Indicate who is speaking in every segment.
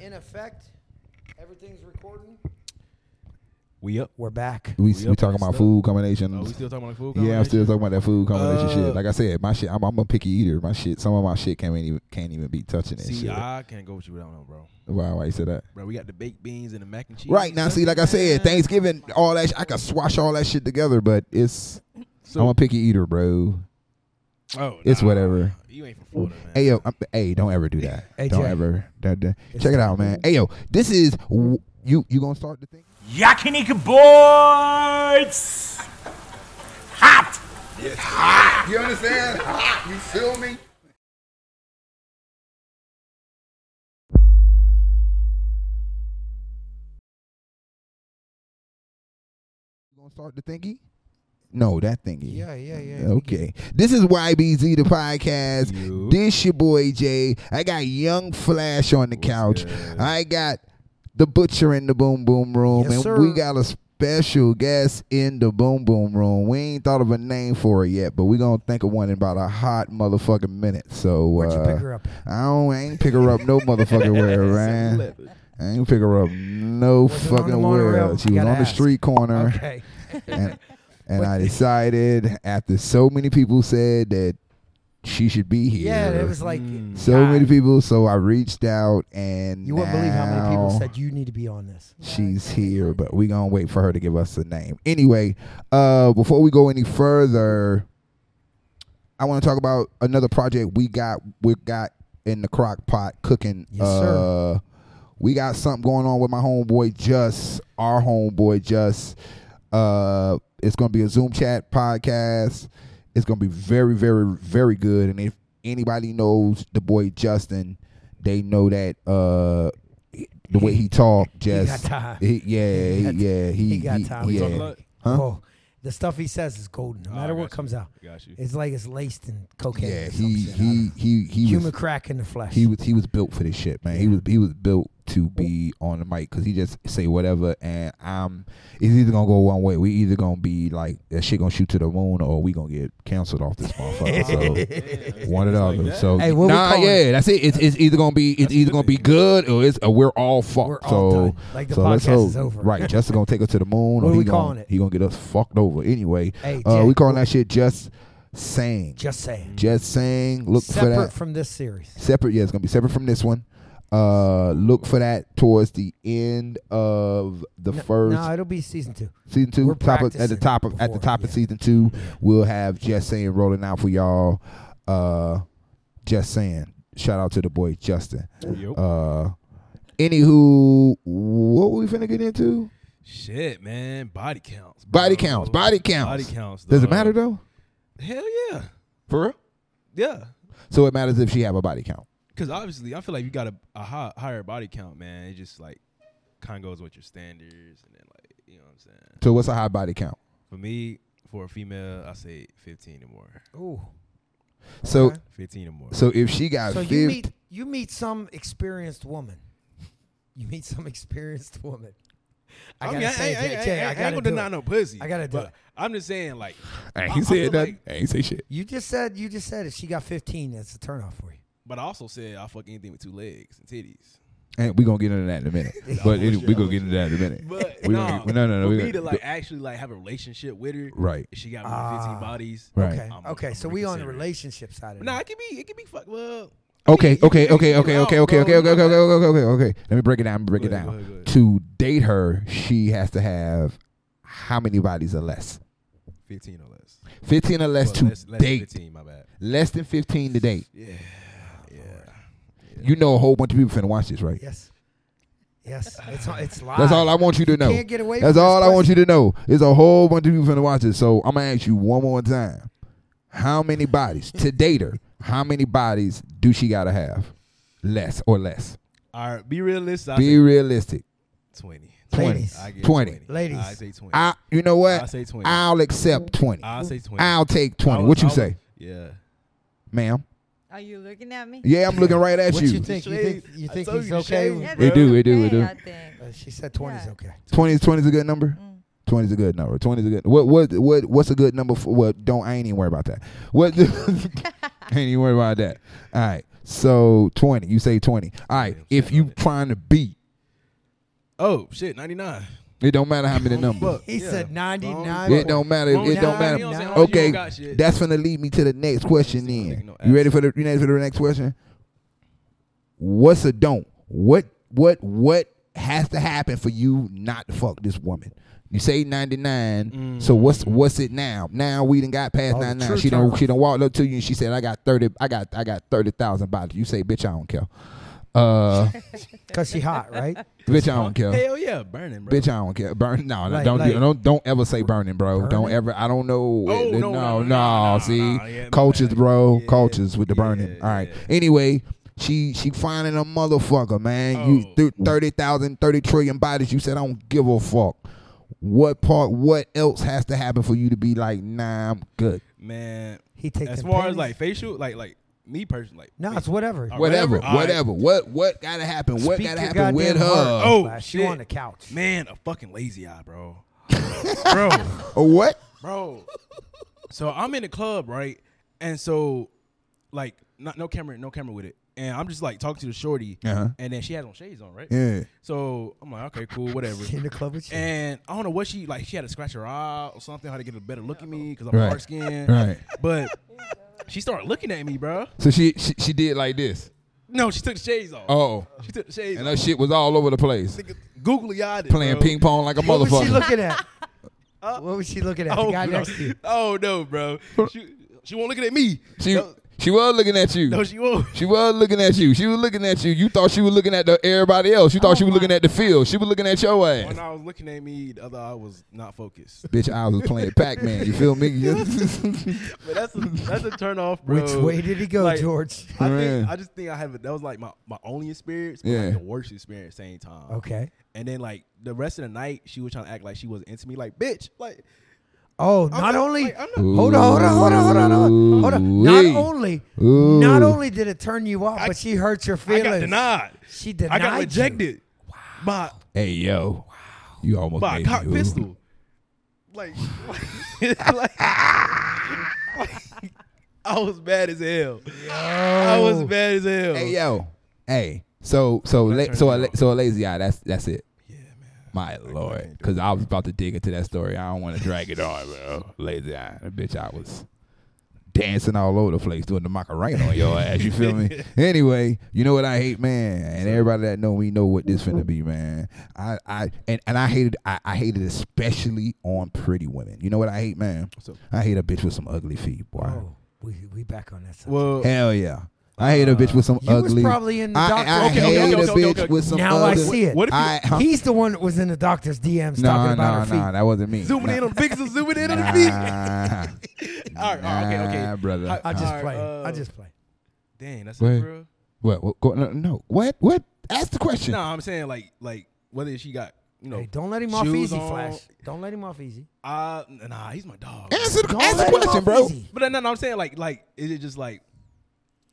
Speaker 1: in effect. Everything's recording.
Speaker 2: We up.
Speaker 1: We're back.
Speaker 2: We
Speaker 3: We, we,
Speaker 2: up
Speaker 3: talking
Speaker 2: and
Speaker 3: about
Speaker 2: stuff.
Speaker 3: food
Speaker 2: Oh, we
Speaker 3: combinations.
Speaker 2: still talking about food?
Speaker 3: yeah, I'm still
Speaker 2: conversation?
Speaker 3: talking about that food combination
Speaker 2: Uh,
Speaker 3: shit. Like I said, my shit. I'm, I'm a picky eater. My shit. Some of my shit can't even can't even be touching it.
Speaker 2: See,
Speaker 3: shit.
Speaker 2: I can't go with you without no, bro.
Speaker 3: why? Why you say that?
Speaker 2: Bro, we got the baked beans and the mac and cheese.
Speaker 3: Right now, see, like I said, Thanksgiving, all that. Sh- I can swash all that shit together, but it's.
Speaker 2: So-
Speaker 3: I'm a picky eater, bro.
Speaker 2: Oh,
Speaker 3: It's
Speaker 2: nah.
Speaker 3: whatever.
Speaker 2: You ain't from Florida, man.
Speaker 3: Hey uh, yo, I'm, hey, don't ever do that.
Speaker 1: Hey,
Speaker 3: don't
Speaker 1: Jay.
Speaker 3: ever. Don't, do- check it out, man. Hey yo, this is w- you. You gonna start the thing?
Speaker 4: Yakinique boys! Hot!
Speaker 3: You understand? You feel me? You gonna start the thingy? No, that thingy.
Speaker 1: Yeah, yeah, yeah.
Speaker 3: Okay. This is YBZ the podcast.
Speaker 2: You.
Speaker 3: This your boy Jay. I got Young Flash on the couch.
Speaker 2: good?
Speaker 3: I got the butcher in the boom boom room.
Speaker 1: Yes,
Speaker 3: and
Speaker 1: sir.
Speaker 3: we got a special guest in the boom boom room. We ain't thought of a name for it yet, but we gonna think of one in about a hot motherfucking minute. So
Speaker 1: Where'd you
Speaker 3: uh,
Speaker 1: pick her up?
Speaker 3: I don't I ain't pick her up no motherfucking where, man. I ain't pick her up no
Speaker 1: Was it on the
Speaker 3: fucking
Speaker 1: monorail?
Speaker 3: where. She
Speaker 1: You
Speaker 3: was on
Speaker 1: gotta
Speaker 3: the
Speaker 1: ask.
Speaker 3: street corner
Speaker 1: Okay.
Speaker 3: and, and I decided after so many people said that she should be here.
Speaker 1: Yeah, it was like
Speaker 3: so
Speaker 1: God,
Speaker 3: many people. So I reached out, and
Speaker 1: You wouldn't believe how many people
Speaker 3: now
Speaker 1: said you need to be on this.
Speaker 3: she's here. But we gonna wait for her to give us a name. Anyway, uh, before we go any further, I want to talk about another project we got. We got in the crock pot cooking.
Speaker 1: Yes,
Speaker 3: uh,
Speaker 1: sir.
Speaker 3: We got something going on with my homeboy Just, our homeboy Just. Uh, it's gonna be a Zoom chat podcast. It's gonna be very, very, very good. And if anybody knows the boy Justin, they know that uh, the way he talk, just
Speaker 1: got time.
Speaker 3: he- yeah,
Speaker 1: He got-
Speaker 3: yeah, he,
Speaker 1: he got time.
Speaker 3: yeah.
Speaker 1: He talk
Speaker 2: a lot.
Speaker 3: Huh?
Speaker 1: Oh, the stuff he says is golden. No
Speaker 2: Oh,
Speaker 1: matter
Speaker 2: I
Speaker 1: what
Speaker 2: got you.
Speaker 1: comes out,
Speaker 2: Got you.
Speaker 1: it's like it's laced in cocaine.
Speaker 3: Yeah,
Speaker 1: or some
Speaker 3: he
Speaker 1: shit. I
Speaker 3: he
Speaker 1: don't-
Speaker 3: he he
Speaker 1: human
Speaker 3: was
Speaker 1: crack in the flesh.
Speaker 3: he was he was built for this shit, man. He was he was built to be on the mic because he just say whatever, and I'm it's either gonna go one way. We either gonna be like that shit gonna shoot to the moon, or we gonna get canceled off this
Speaker 1: Uh,
Speaker 3: motherfucker. So one or
Speaker 2: It's
Speaker 3: the
Speaker 2: like
Speaker 3: other.
Speaker 2: that.
Speaker 3: So
Speaker 1: Hey, what we
Speaker 3: nah,
Speaker 1: calling
Speaker 3: yeah, that's it. It's, it's either gonna be it's
Speaker 2: That's
Speaker 3: either
Speaker 2: good
Speaker 3: gonna be
Speaker 2: then.
Speaker 3: good or it's or we're all fucked.
Speaker 1: We're
Speaker 3: so
Speaker 1: all done. Like, the
Speaker 3: so let's
Speaker 1: podcast is
Speaker 3: hope-
Speaker 1: over.
Speaker 3: Right, Justin gonna take us to the moon.
Speaker 1: What
Speaker 3: or
Speaker 1: are
Speaker 3: he
Speaker 1: we
Speaker 3: gonna,
Speaker 1: calling it?
Speaker 3: He gonna get us fucked over anyway.
Speaker 1: Hey,
Speaker 3: uh,
Speaker 1: Jack,
Speaker 3: we calling
Speaker 1: what-
Speaker 3: that shit just saying. Just,
Speaker 1: Just saying.
Speaker 3: saying. Look for
Speaker 1: Separate
Speaker 3: that
Speaker 1: from this series.
Speaker 3: separate. Yeah, it's gonna be separate from this one. Uh, look for that towards the end of the
Speaker 1: No,
Speaker 3: first
Speaker 1: No, it'll be season two.
Speaker 3: season
Speaker 1: we're
Speaker 3: two. Top of, at the
Speaker 1: practicing
Speaker 3: top of at the
Speaker 1: before,
Speaker 3: top of
Speaker 1: yeah.
Speaker 3: season two, we'll have just saying rolling out for y'all. Uh, just saying. Shout out to the boy Justin.
Speaker 2: Yup.
Speaker 3: Uh, anywho, what we finna get into?
Speaker 2: Shit, man. Body counts.
Speaker 3: Body
Speaker 2: bro.
Speaker 3: counts. Body counts.
Speaker 2: Body counts. Uh,
Speaker 3: Does it
Speaker 2: dog.
Speaker 3: matter though?
Speaker 2: Hell yeah.
Speaker 3: For real?
Speaker 2: Yeah.
Speaker 3: So it matters if she have a body count.
Speaker 2: Because obviously, I feel like you got a, a high, higher body count, man. It just like kind of goes with your standards. And then, like, you know what I'm saying?
Speaker 3: So what's a high body count?
Speaker 2: For me, for a female, I say 15 or more.
Speaker 1: Ooh.
Speaker 3: So
Speaker 1: Okay.
Speaker 2: 15 or more.
Speaker 3: so if she got
Speaker 1: So
Speaker 3: 50,
Speaker 1: you meet you meet some experienced woman. You meet some experienced woman. I gotta
Speaker 2: mean,
Speaker 1: say,
Speaker 2: ain't-
Speaker 1: Jay,
Speaker 2: ain't-
Speaker 1: Jay,
Speaker 2: ain't-
Speaker 1: I
Speaker 2: ain't
Speaker 1: gotta
Speaker 2: gonna
Speaker 1: do
Speaker 2: deny
Speaker 1: it.
Speaker 2: no pussy.
Speaker 1: I gotta do
Speaker 2: but
Speaker 1: it.
Speaker 2: I'm just saying, like,
Speaker 3: I
Speaker 2: I- I
Speaker 3: ain't said
Speaker 2: feel
Speaker 3: nothing.
Speaker 2: like-
Speaker 3: I ain't say shit.
Speaker 1: You just said you just said if she got 15, that's a turnoff for you.
Speaker 2: but I also said I fuck anything with two legs and titties.
Speaker 3: And we're gonna get into that in a minute. But it, we're gonna get into that in a minute.
Speaker 2: But
Speaker 3: we
Speaker 2: nah,
Speaker 3: gonna get, no, no, no.
Speaker 2: For
Speaker 3: we
Speaker 2: me
Speaker 3: gonna-
Speaker 2: to like actually like have a relationship with her,
Speaker 3: Right.
Speaker 2: She got more than 15
Speaker 1: Ah.
Speaker 2: bodies.
Speaker 3: Right.
Speaker 1: Okay.
Speaker 2: I'm-
Speaker 1: okay.
Speaker 2: I'm
Speaker 1: so we on the
Speaker 2: reconsidering.
Speaker 1: relationship side of it.
Speaker 2: Nah, it could be, it could be fuck. Well,
Speaker 3: okay, okay,
Speaker 2: you-
Speaker 3: okay,
Speaker 2: you
Speaker 3: okay,
Speaker 2: out,
Speaker 3: okay, okay, okay,
Speaker 2: bro.
Speaker 3: okay, okay, okay, okay, okay. Let me break it down. Break it
Speaker 2: Go ahead, go
Speaker 3: down.
Speaker 2: ahead, go ahead.
Speaker 3: To date her, she has to have how many bodies or less?
Speaker 2: 15 or less.
Speaker 3: Fifteen or less
Speaker 2: Well,
Speaker 3: to
Speaker 2: less, less than
Speaker 3: date.
Speaker 2: 15, my bad.
Speaker 3: Less than fifteen to date.
Speaker 2: Yeah. Yeah.
Speaker 3: You know a whole bunch of people finna watch this, right?
Speaker 1: Yes. Yes. It's on- it's live.
Speaker 3: That's all I want you to know.
Speaker 1: can't get away
Speaker 3: That's
Speaker 1: from
Speaker 3: all
Speaker 1: this
Speaker 3: I want you to know. It's a whole bunch of people finna watch it. So I'm gonna ask you one more time: How many bodies to date her? How many bodies do she gotta have? Less or less.
Speaker 2: All right, be realistic. I
Speaker 3: Be
Speaker 2: say
Speaker 3: realistic.
Speaker 2: 20.
Speaker 1: 20.
Speaker 2: I give
Speaker 3: 20.
Speaker 2: 20.
Speaker 1: Ladies.
Speaker 2: I say 20.
Speaker 3: I, you know what?
Speaker 2: I say 20.
Speaker 3: I'll accept twenty.
Speaker 2: I say 20.
Speaker 3: I'll take
Speaker 2: I
Speaker 3: twenty.
Speaker 2: was-
Speaker 3: what you
Speaker 2: I was-
Speaker 3: say,
Speaker 2: Yeah.
Speaker 3: ma'am?
Speaker 5: Are you looking at me?
Speaker 3: Yeah, I'm looking right at
Speaker 1: What
Speaker 3: you.
Speaker 1: you think? You think you
Speaker 2: I
Speaker 1: think
Speaker 2: told
Speaker 1: he's
Speaker 2: you to
Speaker 1: okay?
Speaker 2: shave.
Speaker 1: with-
Speaker 5: Yeah,
Speaker 3: It do, it do, it
Speaker 5: okay,
Speaker 3: do.
Speaker 5: I think.
Speaker 1: Uh, she said 20 is
Speaker 5: Yeah.
Speaker 1: okay.
Speaker 3: 20 is 20 is a good number.
Speaker 1: Mm.
Speaker 3: 20 is a good number. 20 is a good. What what what what's a good number for what don't I ain't even worry about that. What I ain't even worry about that. All right. So twenty. You say twenty. All right.
Speaker 2: Yeah, I'm
Speaker 3: If
Speaker 2: saying
Speaker 3: you
Speaker 2: like that.
Speaker 3: trying to beat,
Speaker 2: Oh shit, ninety nine.
Speaker 3: it don't matter how many numbers.
Speaker 1: He said 99.
Speaker 3: It don't matter.
Speaker 2: Long
Speaker 3: It don't
Speaker 1: time,
Speaker 3: matter.
Speaker 1: you
Speaker 2: Long
Speaker 1: "Oh, know what I'm saying?
Speaker 2: as Oh, you
Speaker 3: Okay,
Speaker 2: don't got shit.
Speaker 3: that's gonna lead me to the next question.
Speaker 2: This nigga
Speaker 3: Then
Speaker 2: no
Speaker 3: you ready
Speaker 2: ass.
Speaker 3: for the you ready for the next question? What's a don't? What what what has to happen for you not to fuck this woman? You say ninety nine. So what's
Speaker 2: Mm-hmm.
Speaker 3: what's it now? Now we done got past
Speaker 1: Oh, the
Speaker 3: ninety nine.
Speaker 1: true
Speaker 3: She don't
Speaker 1: term.
Speaker 3: she don't walk up to you and she said I got thirty I got I got thirty thousand dollars. You say bitch I don't care. Uh,
Speaker 1: Because she hot, right?
Speaker 3: bitch I don't care.
Speaker 2: Hell yeah, burning, bro.
Speaker 3: Bitch, I don't care. Burn? No, no
Speaker 1: Like-
Speaker 3: don't do-
Speaker 1: like-
Speaker 3: don't don't ever say burning, bro. Don't
Speaker 1: Burning?
Speaker 3: ever. I don't know.
Speaker 2: Oh,
Speaker 3: It-
Speaker 2: no,
Speaker 3: no, no,
Speaker 2: no, no, no,
Speaker 3: see,
Speaker 2: no, yeah,
Speaker 3: cultures,
Speaker 2: man.
Speaker 3: bro,
Speaker 2: Yeah,
Speaker 3: cultures with the
Speaker 2: yeah,
Speaker 3: burning. All right.
Speaker 2: yeah.
Speaker 3: Anyway, she she finding a motherfucker, man. You
Speaker 2: Oh.
Speaker 3: through 30,000, 30 trillion bodies. You said I don't give a fuck. What part? What else has to happen for you to be like, nah, I'm good.
Speaker 2: Man,
Speaker 1: He takes
Speaker 2: as
Speaker 1: them
Speaker 2: far as
Speaker 1: panties?
Speaker 2: like facial, like like me personally, like
Speaker 1: No,
Speaker 2: facial.
Speaker 1: it's whatever.
Speaker 2: All right.
Speaker 3: Whatever,
Speaker 2: All right.
Speaker 3: whatever. What what gotta happen? what
Speaker 1: Speak
Speaker 3: gotta
Speaker 1: your
Speaker 3: happen with
Speaker 1: goddamn
Speaker 3: her?
Speaker 1: heart.
Speaker 2: Oh,
Speaker 1: Flash, she
Speaker 2: shit.
Speaker 1: on the couch.
Speaker 2: man, a fucking lazy eye, bro. bro,
Speaker 3: A what?
Speaker 2: bro. So I'm in the club, right? And so, like, not no camera, no camera with it. And I'm just like talking to the shorty,
Speaker 3: Uh-huh.
Speaker 2: and then she has on shades on, right?
Speaker 3: Yeah.
Speaker 2: So I'm like, okay, cool, whatever.
Speaker 1: She in the club with you.
Speaker 2: And I don't know what she like. She had to scratch her eye or something, how to get a better look at me because I'm
Speaker 3: Right.
Speaker 2: dark skinned.
Speaker 3: Right.
Speaker 2: But she started looking at me, bro.
Speaker 3: So she she, she did like this.
Speaker 2: No, she took the shades off.
Speaker 3: Oh.
Speaker 2: She took the shades
Speaker 3: And
Speaker 2: off.
Speaker 3: that shit was all over the place.
Speaker 2: Nigga, Googly eyed it,
Speaker 3: Playing
Speaker 2: bro.
Speaker 3: ping pong like a
Speaker 1: what was she
Speaker 3: motherfucker.
Speaker 1: looking at? what was she looking at?
Speaker 2: Oh,
Speaker 1: the guy
Speaker 2: no.
Speaker 1: next to you.
Speaker 2: Oh no, bro. She, she won't looking at me.
Speaker 3: She
Speaker 2: no,
Speaker 3: she was looking at you.
Speaker 2: no, she won't.
Speaker 3: She was looking at you. She was looking at you. You thought she was looking at the everybody else. You thought she was looking at the field. She was looking at your ass.
Speaker 2: When I was looking at me, the other eye was not focused.
Speaker 3: Bitch, I was playing Pac Man. You feel me?
Speaker 2: But that's a that's a turn off, bro.
Speaker 1: Which way did he go,
Speaker 2: Like,
Speaker 1: George?
Speaker 2: I
Speaker 3: Man.
Speaker 2: think I just think I have it. That was like my, my only experience, but
Speaker 3: Yeah.
Speaker 2: like the worst experience at the same time.
Speaker 1: Okay.
Speaker 2: And then like the rest of the night, she was trying to act like she wasn't into me. Like, bitch, like
Speaker 1: Oh,
Speaker 2: I'm
Speaker 1: not
Speaker 2: not-
Speaker 1: only.
Speaker 2: like, I'm not-
Speaker 1: hold on, hold on, hold on, hold on, hold on, hold on. Not
Speaker 3: Ooh-wee.
Speaker 1: only,
Speaker 3: Ooh.
Speaker 1: not only did it turn you off,
Speaker 2: I-
Speaker 1: but she hurt your
Speaker 2: I
Speaker 1: feelings.
Speaker 2: got denied.
Speaker 1: She
Speaker 2: I
Speaker 1: denied
Speaker 2: got
Speaker 1: you.
Speaker 2: rejected. By
Speaker 3: Hey yo, you almost
Speaker 2: by a
Speaker 3: made
Speaker 2: cock
Speaker 3: me.
Speaker 2: pistol. Like, like, like, I was mad as hell. I was mad as hell.
Speaker 3: Hey yo, hey. So so la-
Speaker 2: turned
Speaker 3: so a
Speaker 2: me
Speaker 3: la-
Speaker 2: off.
Speaker 3: so a lazy eye. That's that's it.
Speaker 2: Yeah, man.
Speaker 3: My lord, because I was about to dig into that story. I don't want to drag it on, bro. Lazy eye, the bitch. I was dancing all over the place doing the macarena on your ass. You feel me? Anyway, you know what I hate, man, and everybody that know me know what this finna be, man. I I and, and I hated I, I hated especially on pretty women. You know what I hate, man?
Speaker 2: What's up?
Speaker 3: I hate a bitch with some ugly feet, boy.
Speaker 1: Oh, we we back on that. Subject.
Speaker 2: Well,
Speaker 3: Hell yeah. I hate a bitch with some
Speaker 1: you was
Speaker 3: ugly.
Speaker 1: probably in the
Speaker 3: I,
Speaker 1: doctor-
Speaker 3: I
Speaker 2: Okay, okay, okay,
Speaker 3: hate
Speaker 2: okay,
Speaker 3: a bitch
Speaker 2: okay, okay.
Speaker 3: with some
Speaker 1: now I
Speaker 3: ugly.
Speaker 1: see it.
Speaker 2: What if you-
Speaker 3: I, huh?
Speaker 1: He's the one that was in the doctor's DMs
Speaker 3: no,
Speaker 1: talking about
Speaker 3: no,
Speaker 1: her feet.
Speaker 3: no, that wasn't me.
Speaker 2: zooming
Speaker 3: Nah.
Speaker 2: in on the biggest, zooming in on the feet.
Speaker 3: Nah.
Speaker 2: All right, all right, okay, okay.
Speaker 3: Nah, brother.
Speaker 1: I just
Speaker 2: Alright,
Speaker 1: play.
Speaker 2: uh,
Speaker 1: I just play.
Speaker 2: Dang, that's
Speaker 3: Wait.
Speaker 2: it, bro.
Speaker 3: What? what go, no, no. What? What? Ask the question.
Speaker 2: No, I'm saying like like whether she got you know.
Speaker 1: Hey, don't let him off
Speaker 2: shoes
Speaker 1: easy,
Speaker 2: on.
Speaker 1: Flash. Don't let him off easy.
Speaker 2: Uh, nah, he's my dog.
Speaker 3: Answer the,
Speaker 1: Don't
Speaker 3: answer the
Speaker 1: let him
Speaker 3: question,
Speaker 1: off
Speaker 3: bro.
Speaker 1: easy.
Speaker 2: But no, no, no, I'm saying like like is it just like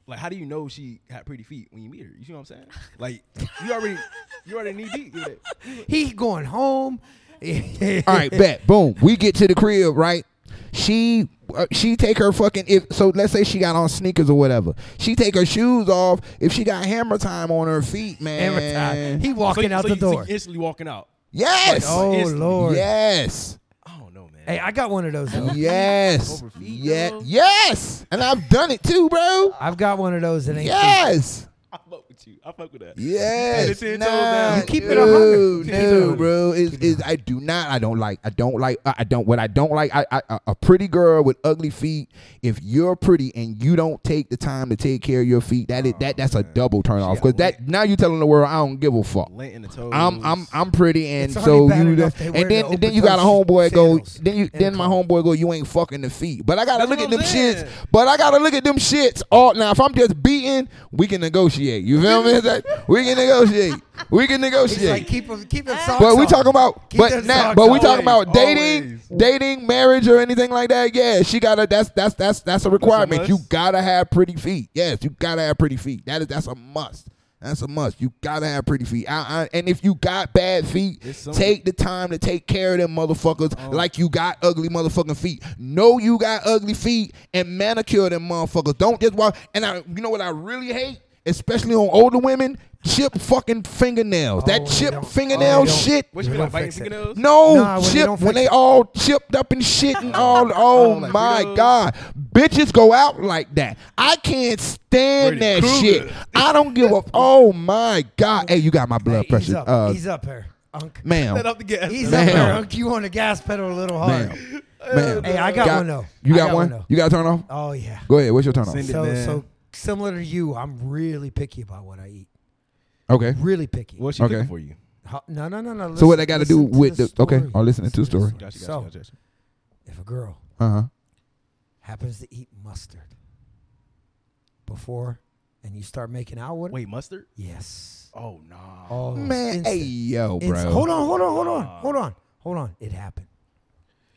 Speaker 2: like how do you know she had pretty feet when you meet her? You see what I'm saying? Like you already you already knee deep. with it.
Speaker 1: He going home.
Speaker 3: All right, bet. Boom. We get to the crib, right? She uh, she take her fucking if so let's say she got on sneakers or whatever. She take her shoes off if she got hammer time on her feet, man.
Speaker 1: Every time he
Speaker 2: So
Speaker 1: walking
Speaker 2: you-
Speaker 1: out
Speaker 2: so
Speaker 1: the
Speaker 2: you- so you
Speaker 1: door.
Speaker 2: instantly walking out.
Speaker 3: Yes.
Speaker 1: oh
Speaker 2: instantly.
Speaker 1: Lord.
Speaker 3: Yes.
Speaker 2: I don't know, man.
Speaker 1: Hey, I got one of those. Though.
Speaker 3: Yes.
Speaker 2: Over feet,
Speaker 3: Yeah.
Speaker 2: though?
Speaker 3: Yes. And I've done it too, bro.
Speaker 1: I've got one of those. That ain't
Speaker 3: Yes.
Speaker 2: I fuck with you. I fuck with that.
Speaker 3: Yes.
Speaker 2: Ten toes
Speaker 3: Nah,
Speaker 2: down.
Speaker 1: You keep it a hundred. Ten
Speaker 3: No, no,
Speaker 1: toes.
Speaker 3: bro. Is is I do not. I don't like. I don't like. I I don't. What I don't like. I, I a- a pretty girl with ugly feet. If you're pretty and you don't take the time to take care of your feet, that is
Speaker 1: Oh,
Speaker 3: that that's a double turn off. Because that now you're telling the world I don't give a fuck.
Speaker 2: Lint in the toes.
Speaker 3: I'm I'm I'm pretty, and
Speaker 1: It's
Speaker 3: so
Speaker 1: already bad
Speaker 3: you
Speaker 1: enough
Speaker 3: the-
Speaker 1: they
Speaker 3: and
Speaker 1: wear
Speaker 3: then
Speaker 1: the
Speaker 3: then you got a homeboy
Speaker 1: open-toed
Speaker 3: go.
Speaker 1: sandals
Speaker 3: Then you
Speaker 1: in
Speaker 3: then
Speaker 1: the
Speaker 3: my
Speaker 1: club.
Speaker 3: homeboy go. You ain't fucking the feet, but I gotta
Speaker 2: That's
Speaker 3: look at
Speaker 2: what
Speaker 3: them
Speaker 2: I'm saying.
Speaker 3: shits. But I gotta look at them shits. All now, if I'm just beaten, we can negotiate. You feel me? It's like, we can negotiate. We can negotiate.
Speaker 1: It's like keep him, keep him socks
Speaker 3: But we
Speaker 1: on.
Speaker 3: talking about,
Speaker 1: Keep
Speaker 3: but
Speaker 1: them
Speaker 3: now,
Speaker 1: socks
Speaker 3: but we
Speaker 1: on.
Speaker 3: talking about
Speaker 2: Always,
Speaker 3: dating, dating, marriage, or anything like that. Yeah, she gotta. That's that's that's that's a requirement.
Speaker 2: must.
Speaker 3: You gotta have pretty feet. Yes, you gotta have pretty feet. That is that's a must. That's a must. You gotta have pretty feet. I, I, and if you got bad feet,
Speaker 2: It's Oh. something-
Speaker 3: take the time to take care of them motherfuckers like you got ugly motherfucking feet. Know you got ugly feet and manicure them motherfuckers. Don't just walk. And I, you know what I really hate especially on older women, chip fucking fingernails. that
Speaker 1: Oh, they
Speaker 3: chip
Speaker 1: don't- oh,
Speaker 3: fingernail
Speaker 1: they don't-
Speaker 3: shit.
Speaker 2: What you
Speaker 1: We
Speaker 2: mean, like
Speaker 1: don't
Speaker 2: biting
Speaker 1: fix it.
Speaker 2: fingernails?
Speaker 3: No,
Speaker 1: Nah, when they
Speaker 3: chip
Speaker 1: don't
Speaker 3: when
Speaker 1: fix
Speaker 3: they
Speaker 1: it.
Speaker 3: all chipped up and shit and all. Oh
Speaker 2: like
Speaker 3: my
Speaker 2: Fritos.
Speaker 3: god, bitches go out like that. I can't
Speaker 2: Freddy
Speaker 3: stand that
Speaker 2: Krueger.
Speaker 3: shit. I don't give a. Oh my god. Hey, you got my blood
Speaker 1: Hey, He's
Speaker 3: pressure,
Speaker 1: up.
Speaker 3: uh,
Speaker 1: he's up here, Unc.
Speaker 2: Set
Speaker 3: ma'am,
Speaker 2: up the gas.
Speaker 1: He's
Speaker 3: Ma'am.
Speaker 1: up here, Unc. You on the gas pedal a little hard.
Speaker 3: ma'am, ma'am.
Speaker 1: Hey, I got, one though.
Speaker 3: You
Speaker 1: I
Speaker 3: got, one.
Speaker 1: though.
Speaker 3: You got a turn off.
Speaker 1: Oh yeah.
Speaker 3: Go ahead. What's your turn off?
Speaker 2: Cindy.
Speaker 1: So
Speaker 2: man.
Speaker 1: so similar to you, I'm really picky about what I eat.
Speaker 3: Okay.
Speaker 1: Really picky.
Speaker 2: What's she
Speaker 3: Okay.
Speaker 2: cooking for you?
Speaker 1: How- no no no no.
Speaker 3: So
Speaker 1: listen-
Speaker 3: what that got to do
Speaker 1: listen to
Speaker 3: with the? okay,
Speaker 1: story.
Speaker 3: I'm listening to the story.
Speaker 2: Gotcha, gotcha,
Speaker 1: So-
Speaker 2: gotcha, gotcha.
Speaker 1: If a girl
Speaker 3: Uh huh.
Speaker 1: happens to eat mustard before, and you start making out with her,
Speaker 2: Wait, mustard?
Speaker 1: yes.
Speaker 2: Oh no.
Speaker 1: Oh
Speaker 3: Man,
Speaker 1: instant.
Speaker 3: hey yo, bro.
Speaker 1: It's- hold on, hold on, hold on,
Speaker 2: Uh.
Speaker 1: hold on, hold on. It happened.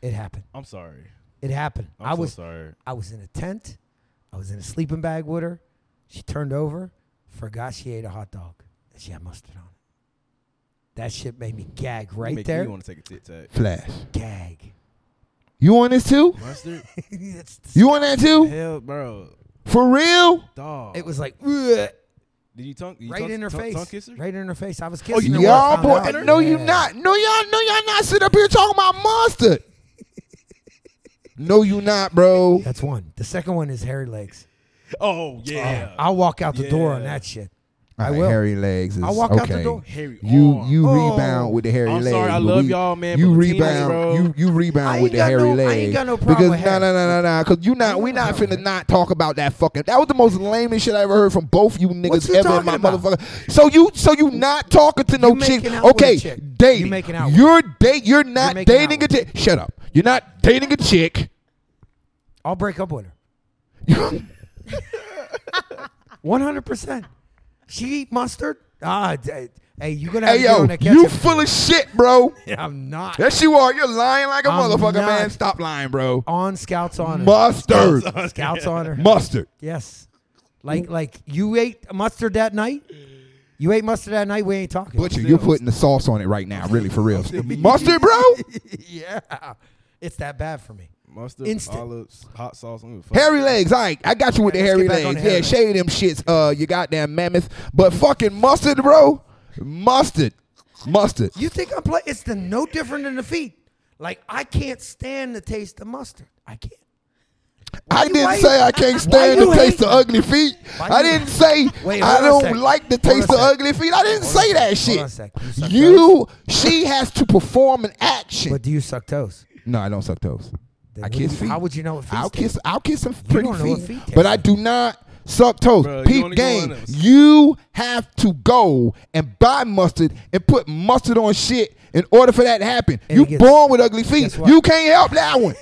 Speaker 1: It happened.
Speaker 2: I'm sorry.
Speaker 1: It happened.
Speaker 2: I'm
Speaker 1: i
Speaker 2: so
Speaker 1: was
Speaker 2: sorry.
Speaker 1: I was in a tent. I was in a sleeping bag with her. She turned over, forgot she ate a hot dog, and she had mustard on it. That shit made me gag right
Speaker 2: Make
Speaker 1: there.
Speaker 2: Me want to take a tit tac.
Speaker 3: Flash.
Speaker 1: gag.
Speaker 3: You on this too?
Speaker 2: Mustard?
Speaker 1: That's dis-
Speaker 3: You on that too?
Speaker 2: Hell, bro.
Speaker 3: For real?
Speaker 2: Dog.
Speaker 1: it was like ugh,
Speaker 2: Did you tongue? You
Speaker 1: right
Speaker 2: tongue,
Speaker 1: in her
Speaker 2: tongue,
Speaker 1: face.
Speaker 2: Tongue kiss her?
Speaker 1: Right in her face. I was
Speaker 2: you
Speaker 1: kissing
Speaker 2: know
Speaker 1: her. when I
Speaker 3: y'all
Speaker 1: found
Speaker 3: Oh, boy,
Speaker 1: out.
Speaker 3: no, you
Speaker 1: Yeah.
Speaker 3: not. No, y'all, no, y'all not sit up here talking about mustard. no, you not, bro.
Speaker 1: That's one. The second one is hairy legs.
Speaker 2: Oh yeah.
Speaker 1: I'll walk out the door on
Speaker 2: Yeah.
Speaker 1: that shit.
Speaker 3: All
Speaker 1: I
Speaker 3: right,
Speaker 1: will.
Speaker 3: hairy legs. Is,
Speaker 1: I'll walk
Speaker 3: okay.
Speaker 1: out the door.
Speaker 2: Hairy
Speaker 3: You
Speaker 2: arm.
Speaker 3: you
Speaker 1: Oh.
Speaker 3: rebound with the hairy
Speaker 2: I'm
Speaker 3: legs.
Speaker 2: sorry, I
Speaker 3: but
Speaker 2: love
Speaker 3: we-
Speaker 2: y'all, man,
Speaker 3: You
Speaker 2: but we teenagers,
Speaker 3: rebound.
Speaker 2: bro.
Speaker 3: You you rebound
Speaker 1: I
Speaker 3: with
Speaker 1: ain't
Speaker 3: the
Speaker 1: got
Speaker 3: hairy
Speaker 1: no- I
Speaker 3: legs.
Speaker 1: ain't got no problem
Speaker 3: Because
Speaker 1: with
Speaker 3: no
Speaker 1: hair.
Speaker 3: no no no no. Because you not
Speaker 1: ain't
Speaker 3: we
Speaker 1: got no
Speaker 3: not
Speaker 1: problem
Speaker 3: finna
Speaker 1: with
Speaker 3: not talk about that fucking. That was the most lamest shit I ever heard from both you niggas
Speaker 1: you
Speaker 3: ever in
Speaker 1: talking
Speaker 3: my
Speaker 1: about?
Speaker 3: motherfucker. So you so you not talking to no
Speaker 1: You
Speaker 3: chick.
Speaker 1: making out with a
Speaker 3: Okay,
Speaker 1: chick. You
Speaker 3: dating.
Speaker 1: making out with
Speaker 3: You're date. You're not
Speaker 1: making out
Speaker 3: dating a
Speaker 1: with
Speaker 3: chick. Shut up. You're not dating a chick.
Speaker 1: I'll break up with her. One hundred percent. She eat mustard. Ah, d- hey, you gonna have
Speaker 3: Hey
Speaker 1: to get
Speaker 3: yo,
Speaker 1: on that
Speaker 3: you
Speaker 1: ketchup.
Speaker 3: full of shit, bro.
Speaker 1: I'm not
Speaker 3: Yes, you are. You're lying like a
Speaker 1: I'm
Speaker 3: motherfucker,
Speaker 1: not.
Speaker 3: man. Stop lying, bro.
Speaker 1: on scouts on her.
Speaker 3: Mustard.
Speaker 1: Scouts on her.
Speaker 3: Mustard.
Speaker 1: Yes, like like you ate mustard that night. You ate mustard that night. We ain't talking.
Speaker 3: Butcher, you're putting the sauce on it right now, really, for real. Mustard, bro?
Speaker 1: yeah, it's that bad for me.
Speaker 2: Mustard,
Speaker 1: Instant.
Speaker 2: olives, hot sauce. I'm gonna fuck.
Speaker 3: Hairy legs, all right. I got you with the
Speaker 1: Let's
Speaker 3: hairy
Speaker 1: get back on
Speaker 3: legs.
Speaker 1: the
Speaker 3: Yeah,
Speaker 1: hairy
Speaker 3: shave them shits, uh, you goddamn mammoth. But fucking mustard, bro. Mustard. Mustard.
Speaker 1: You think I'm playing? It's the no different than the feet. Like I can't stand the taste of mustard. I can't.
Speaker 3: I
Speaker 1: you
Speaker 3: didn't
Speaker 1: wait?
Speaker 3: say I can't stand
Speaker 1: you
Speaker 3: the taste of
Speaker 1: waiting?
Speaker 3: ugly feet.
Speaker 1: Why
Speaker 3: I
Speaker 1: you-
Speaker 3: didn't say
Speaker 1: Wait, hold
Speaker 3: I
Speaker 1: on a
Speaker 3: don't
Speaker 1: second.
Speaker 3: like the
Speaker 1: Hold on
Speaker 3: taste
Speaker 1: a
Speaker 3: of
Speaker 1: second.
Speaker 3: hold on a second. Hold on a second. I didn't
Speaker 1: say
Speaker 3: say
Speaker 1: that
Speaker 3: that
Speaker 1: shit.
Speaker 3: shit.
Speaker 1: You-
Speaker 3: You, she has to perform an action.
Speaker 1: But do you suck toes?
Speaker 3: No, I don't suck toes.
Speaker 1: Then
Speaker 3: I
Speaker 1: what
Speaker 3: kiss
Speaker 1: do you-
Speaker 3: feet.
Speaker 1: how would you know what feet
Speaker 3: I'll
Speaker 1: taste
Speaker 3: kiss. I'll kiss some pretty
Speaker 1: don't know what
Speaker 3: feet,
Speaker 1: feet taste
Speaker 3: but I
Speaker 1: like.
Speaker 3: do not suck toes.
Speaker 2: Bruh, you
Speaker 3: Peep
Speaker 2: only go on
Speaker 3: game.
Speaker 2: us.
Speaker 3: You have to go and buy mustard and put mustard on shit in order for that to happen.
Speaker 1: And
Speaker 3: you
Speaker 1: it gets-
Speaker 3: born with ugly feet.
Speaker 1: guess what?
Speaker 3: You can't help that one.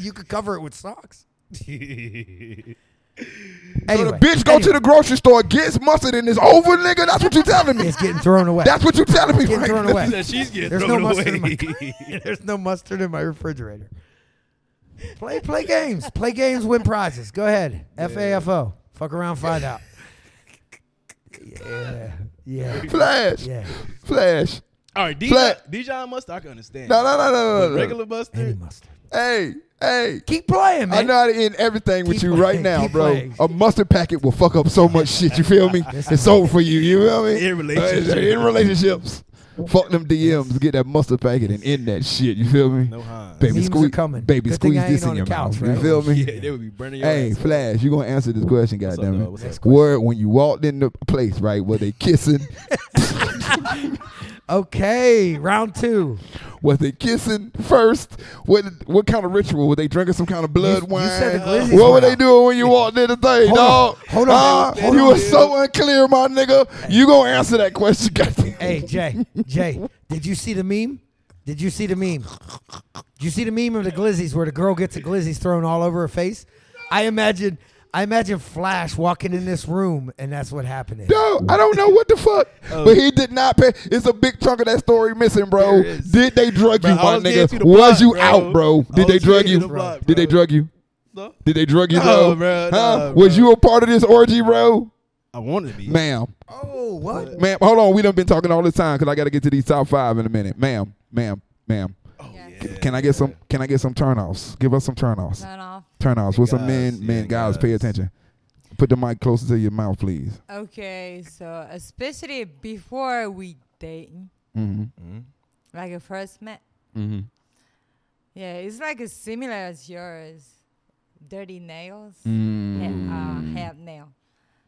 Speaker 1: you could cover it with socks.
Speaker 3: So
Speaker 1: anyway,
Speaker 3: the bitch go to the grocery store, gets mustard, and it's over, nigga. That's what you telling me.
Speaker 1: It's getting thrown away.
Speaker 3: That's what you telling me.
Speaker 1: It's getting
Speaker 3: right
Speaker 1: thrown
Speaker 3: now.
Speaker 1: away.
Speaker 2: That she's getting
Speaker 1: There's
Speaker 2: thrown
Speaker 1: no mustard
Speaker 2: away.
Speaker 1: in my There's no mustard in my refrigerator. Play play games. Play games. Win prizes. Go ahead. FAFO. Fuck around. Find out. Yeah. Yeah.
Speaker 3: Flash.
Speaker 1: Yeah.
Speaker 3: Flash.
Speaker 2: All right, Dijon,
Speaker 3: Flat.
Speaker 2: Dijon mustard. I can understand.
Speaker 3: No, no, no, no, no,
Speaker 2: But
Speaker 3: no.
Speaker 2: Regular mustard.
Speaker 1: Any mustard.
Speaker 3: Hey, hey.
Speaker 1: Keep playing, man.
Speaker 3: I know how to end everything with
Speaker 1: Keep
Speaker 3: you right
Speaker 1: playing,
Speaker 3: now,
Speaker 1: keep
Speaker 3: bro.
Speaker 1: playing.
Speaker 3: A mustard packet will fuck up so much shit. You feel me? it's over for you. You feel me?
Speaker 2: In relationships.
Speaker 3: Uh, in relationships. Fuck them DMs. Get that mustard packet and end that shit. You feel me?
Speaker 2: No Heinz.
Speaker 3: Baby,
Speaker 1: Memes are
Speaker 3: squeeze,
Speaker 1: coming.
Speaker 3: baby,
Speaker 1: Good thing
Speaker 3: squeeze
Speaker 1: I
Speaker 3: this
Speaker 1: ain't
Speaker 3: in
Speaker 1: on
Speaker 3: your
Speaker 1: the couch,
Speaker 3: mouth.
Speaker 1: right?
Speaker 3: You feel me?
Speaker 2: Yeah, Oh, they would be burning your
Speaker 3: Hey,
Speaker 2: ass.
Speaker 3: Flash, you gonna answer this question,
Speaker 2: up, dog? What's
Speaker 3: goddammit.
Speaker 2: up?
Speaker 3: Word when you walked in the place, right? Were they kissing?
Speaker 1: Okay. Round two.
Speaker 3: was they kissing first? What what kind of ritual? Were they drinking some kind of blood
Speaker 1: You- you
Speaker 3: wine?
Speaker 1: said the glizzies
Speaker 3: what
Speaker 1: were
Speaker 3: were they
Speaker 1: out.
Speaker 3: doing when you walked in the thing,
Speaker 1: Hold
Speaker 3: dog?
Speaker 1: on, hold on,
Speaker 3: Ah,
Speaker 1: hold
Speaker 3: you
Speaker 1: on.
Speaker 3: were so unclear, my nigga. You gonna answer that question, goddamn.
Speaker 1: Hey Jay, Jay, did you see the meme? Did you see the meme? Did you see the meme of the glizzies where the girl gets the glizzies thrown all over her face? I imagine, I imagine Flash walking in this room, and that's what happened. to him.
Speaker 3: No, I don't know what the fuck,
Speaker 2: Oh.
Speaker 3: but he did not pay. It's a big chunk of that story missing, bro.
Speaker 2: There is.
Speaker 3: Did they drug
Speaker 2: Bro,
Speaker 3: you,
Speaker 2: I
Speaker 3: my
Speaker 2: was getting
Speaker 3: nigga?
Speaker 2: to the block,
Speaker 3: was you
Speaker 2: bro.
Speaker 3: out, bro?
Speaker 2: I
Speaker 3: Did they
Speaker 2: was
Speaker 3: drug
Speaker 2: getting
Speaker 3: you?
Speaker 2: to the block,
Speaker 3: Did they
Speaker 2: bro.
Speaker 3: drug you?
Speaker 2: No,
Speaker 3: Did they drug you,
Speaker 2: No,
Speaker 3: bro?
Speaker 2: bro,
Speaker 3: huh?
Speaker 2: no,
Speaker 3: Was
Speaker 2: bro.
Speaker 3: you a part of this orgy, bro?
Speaker 2: I wanted to be.
Speaker 3: Ma'am,
Speaker 1: Oh, what?
Speaker 3: ma'am, hold on. We done been talking all this time because I got to get to these top five in a minute, ma'am, ma'am, ma'am.
Speaker 2: Oh,
Speaker 5: Yes.
Speaker 2: yeah.
Speaker 3: Can I get some? Can I get some turnoffs? Give us some turnoffs.
Speaker 5: Turn off.
Speaker 3: Turnoffs. What's some
Speaker 2: Guys,
Speaker 3: men?
Speaker 2: yeah,
Speaker 3: Men, guys, pay
Speaker 2: guys.
Speaker 3: attention. Put the mic closer to your mouth, please.
Speaker 5: Okay, so especially before we dating,
Speaker 3: Mm-hmm.
Speaker 5: like a first met.
Speaker 3: Mm-hmm.
Speaker 5: Yeah, it's like as similar as yours. Dirty nails,
Speaker 3: Mm.
Speaker 5: and, uh, half nail,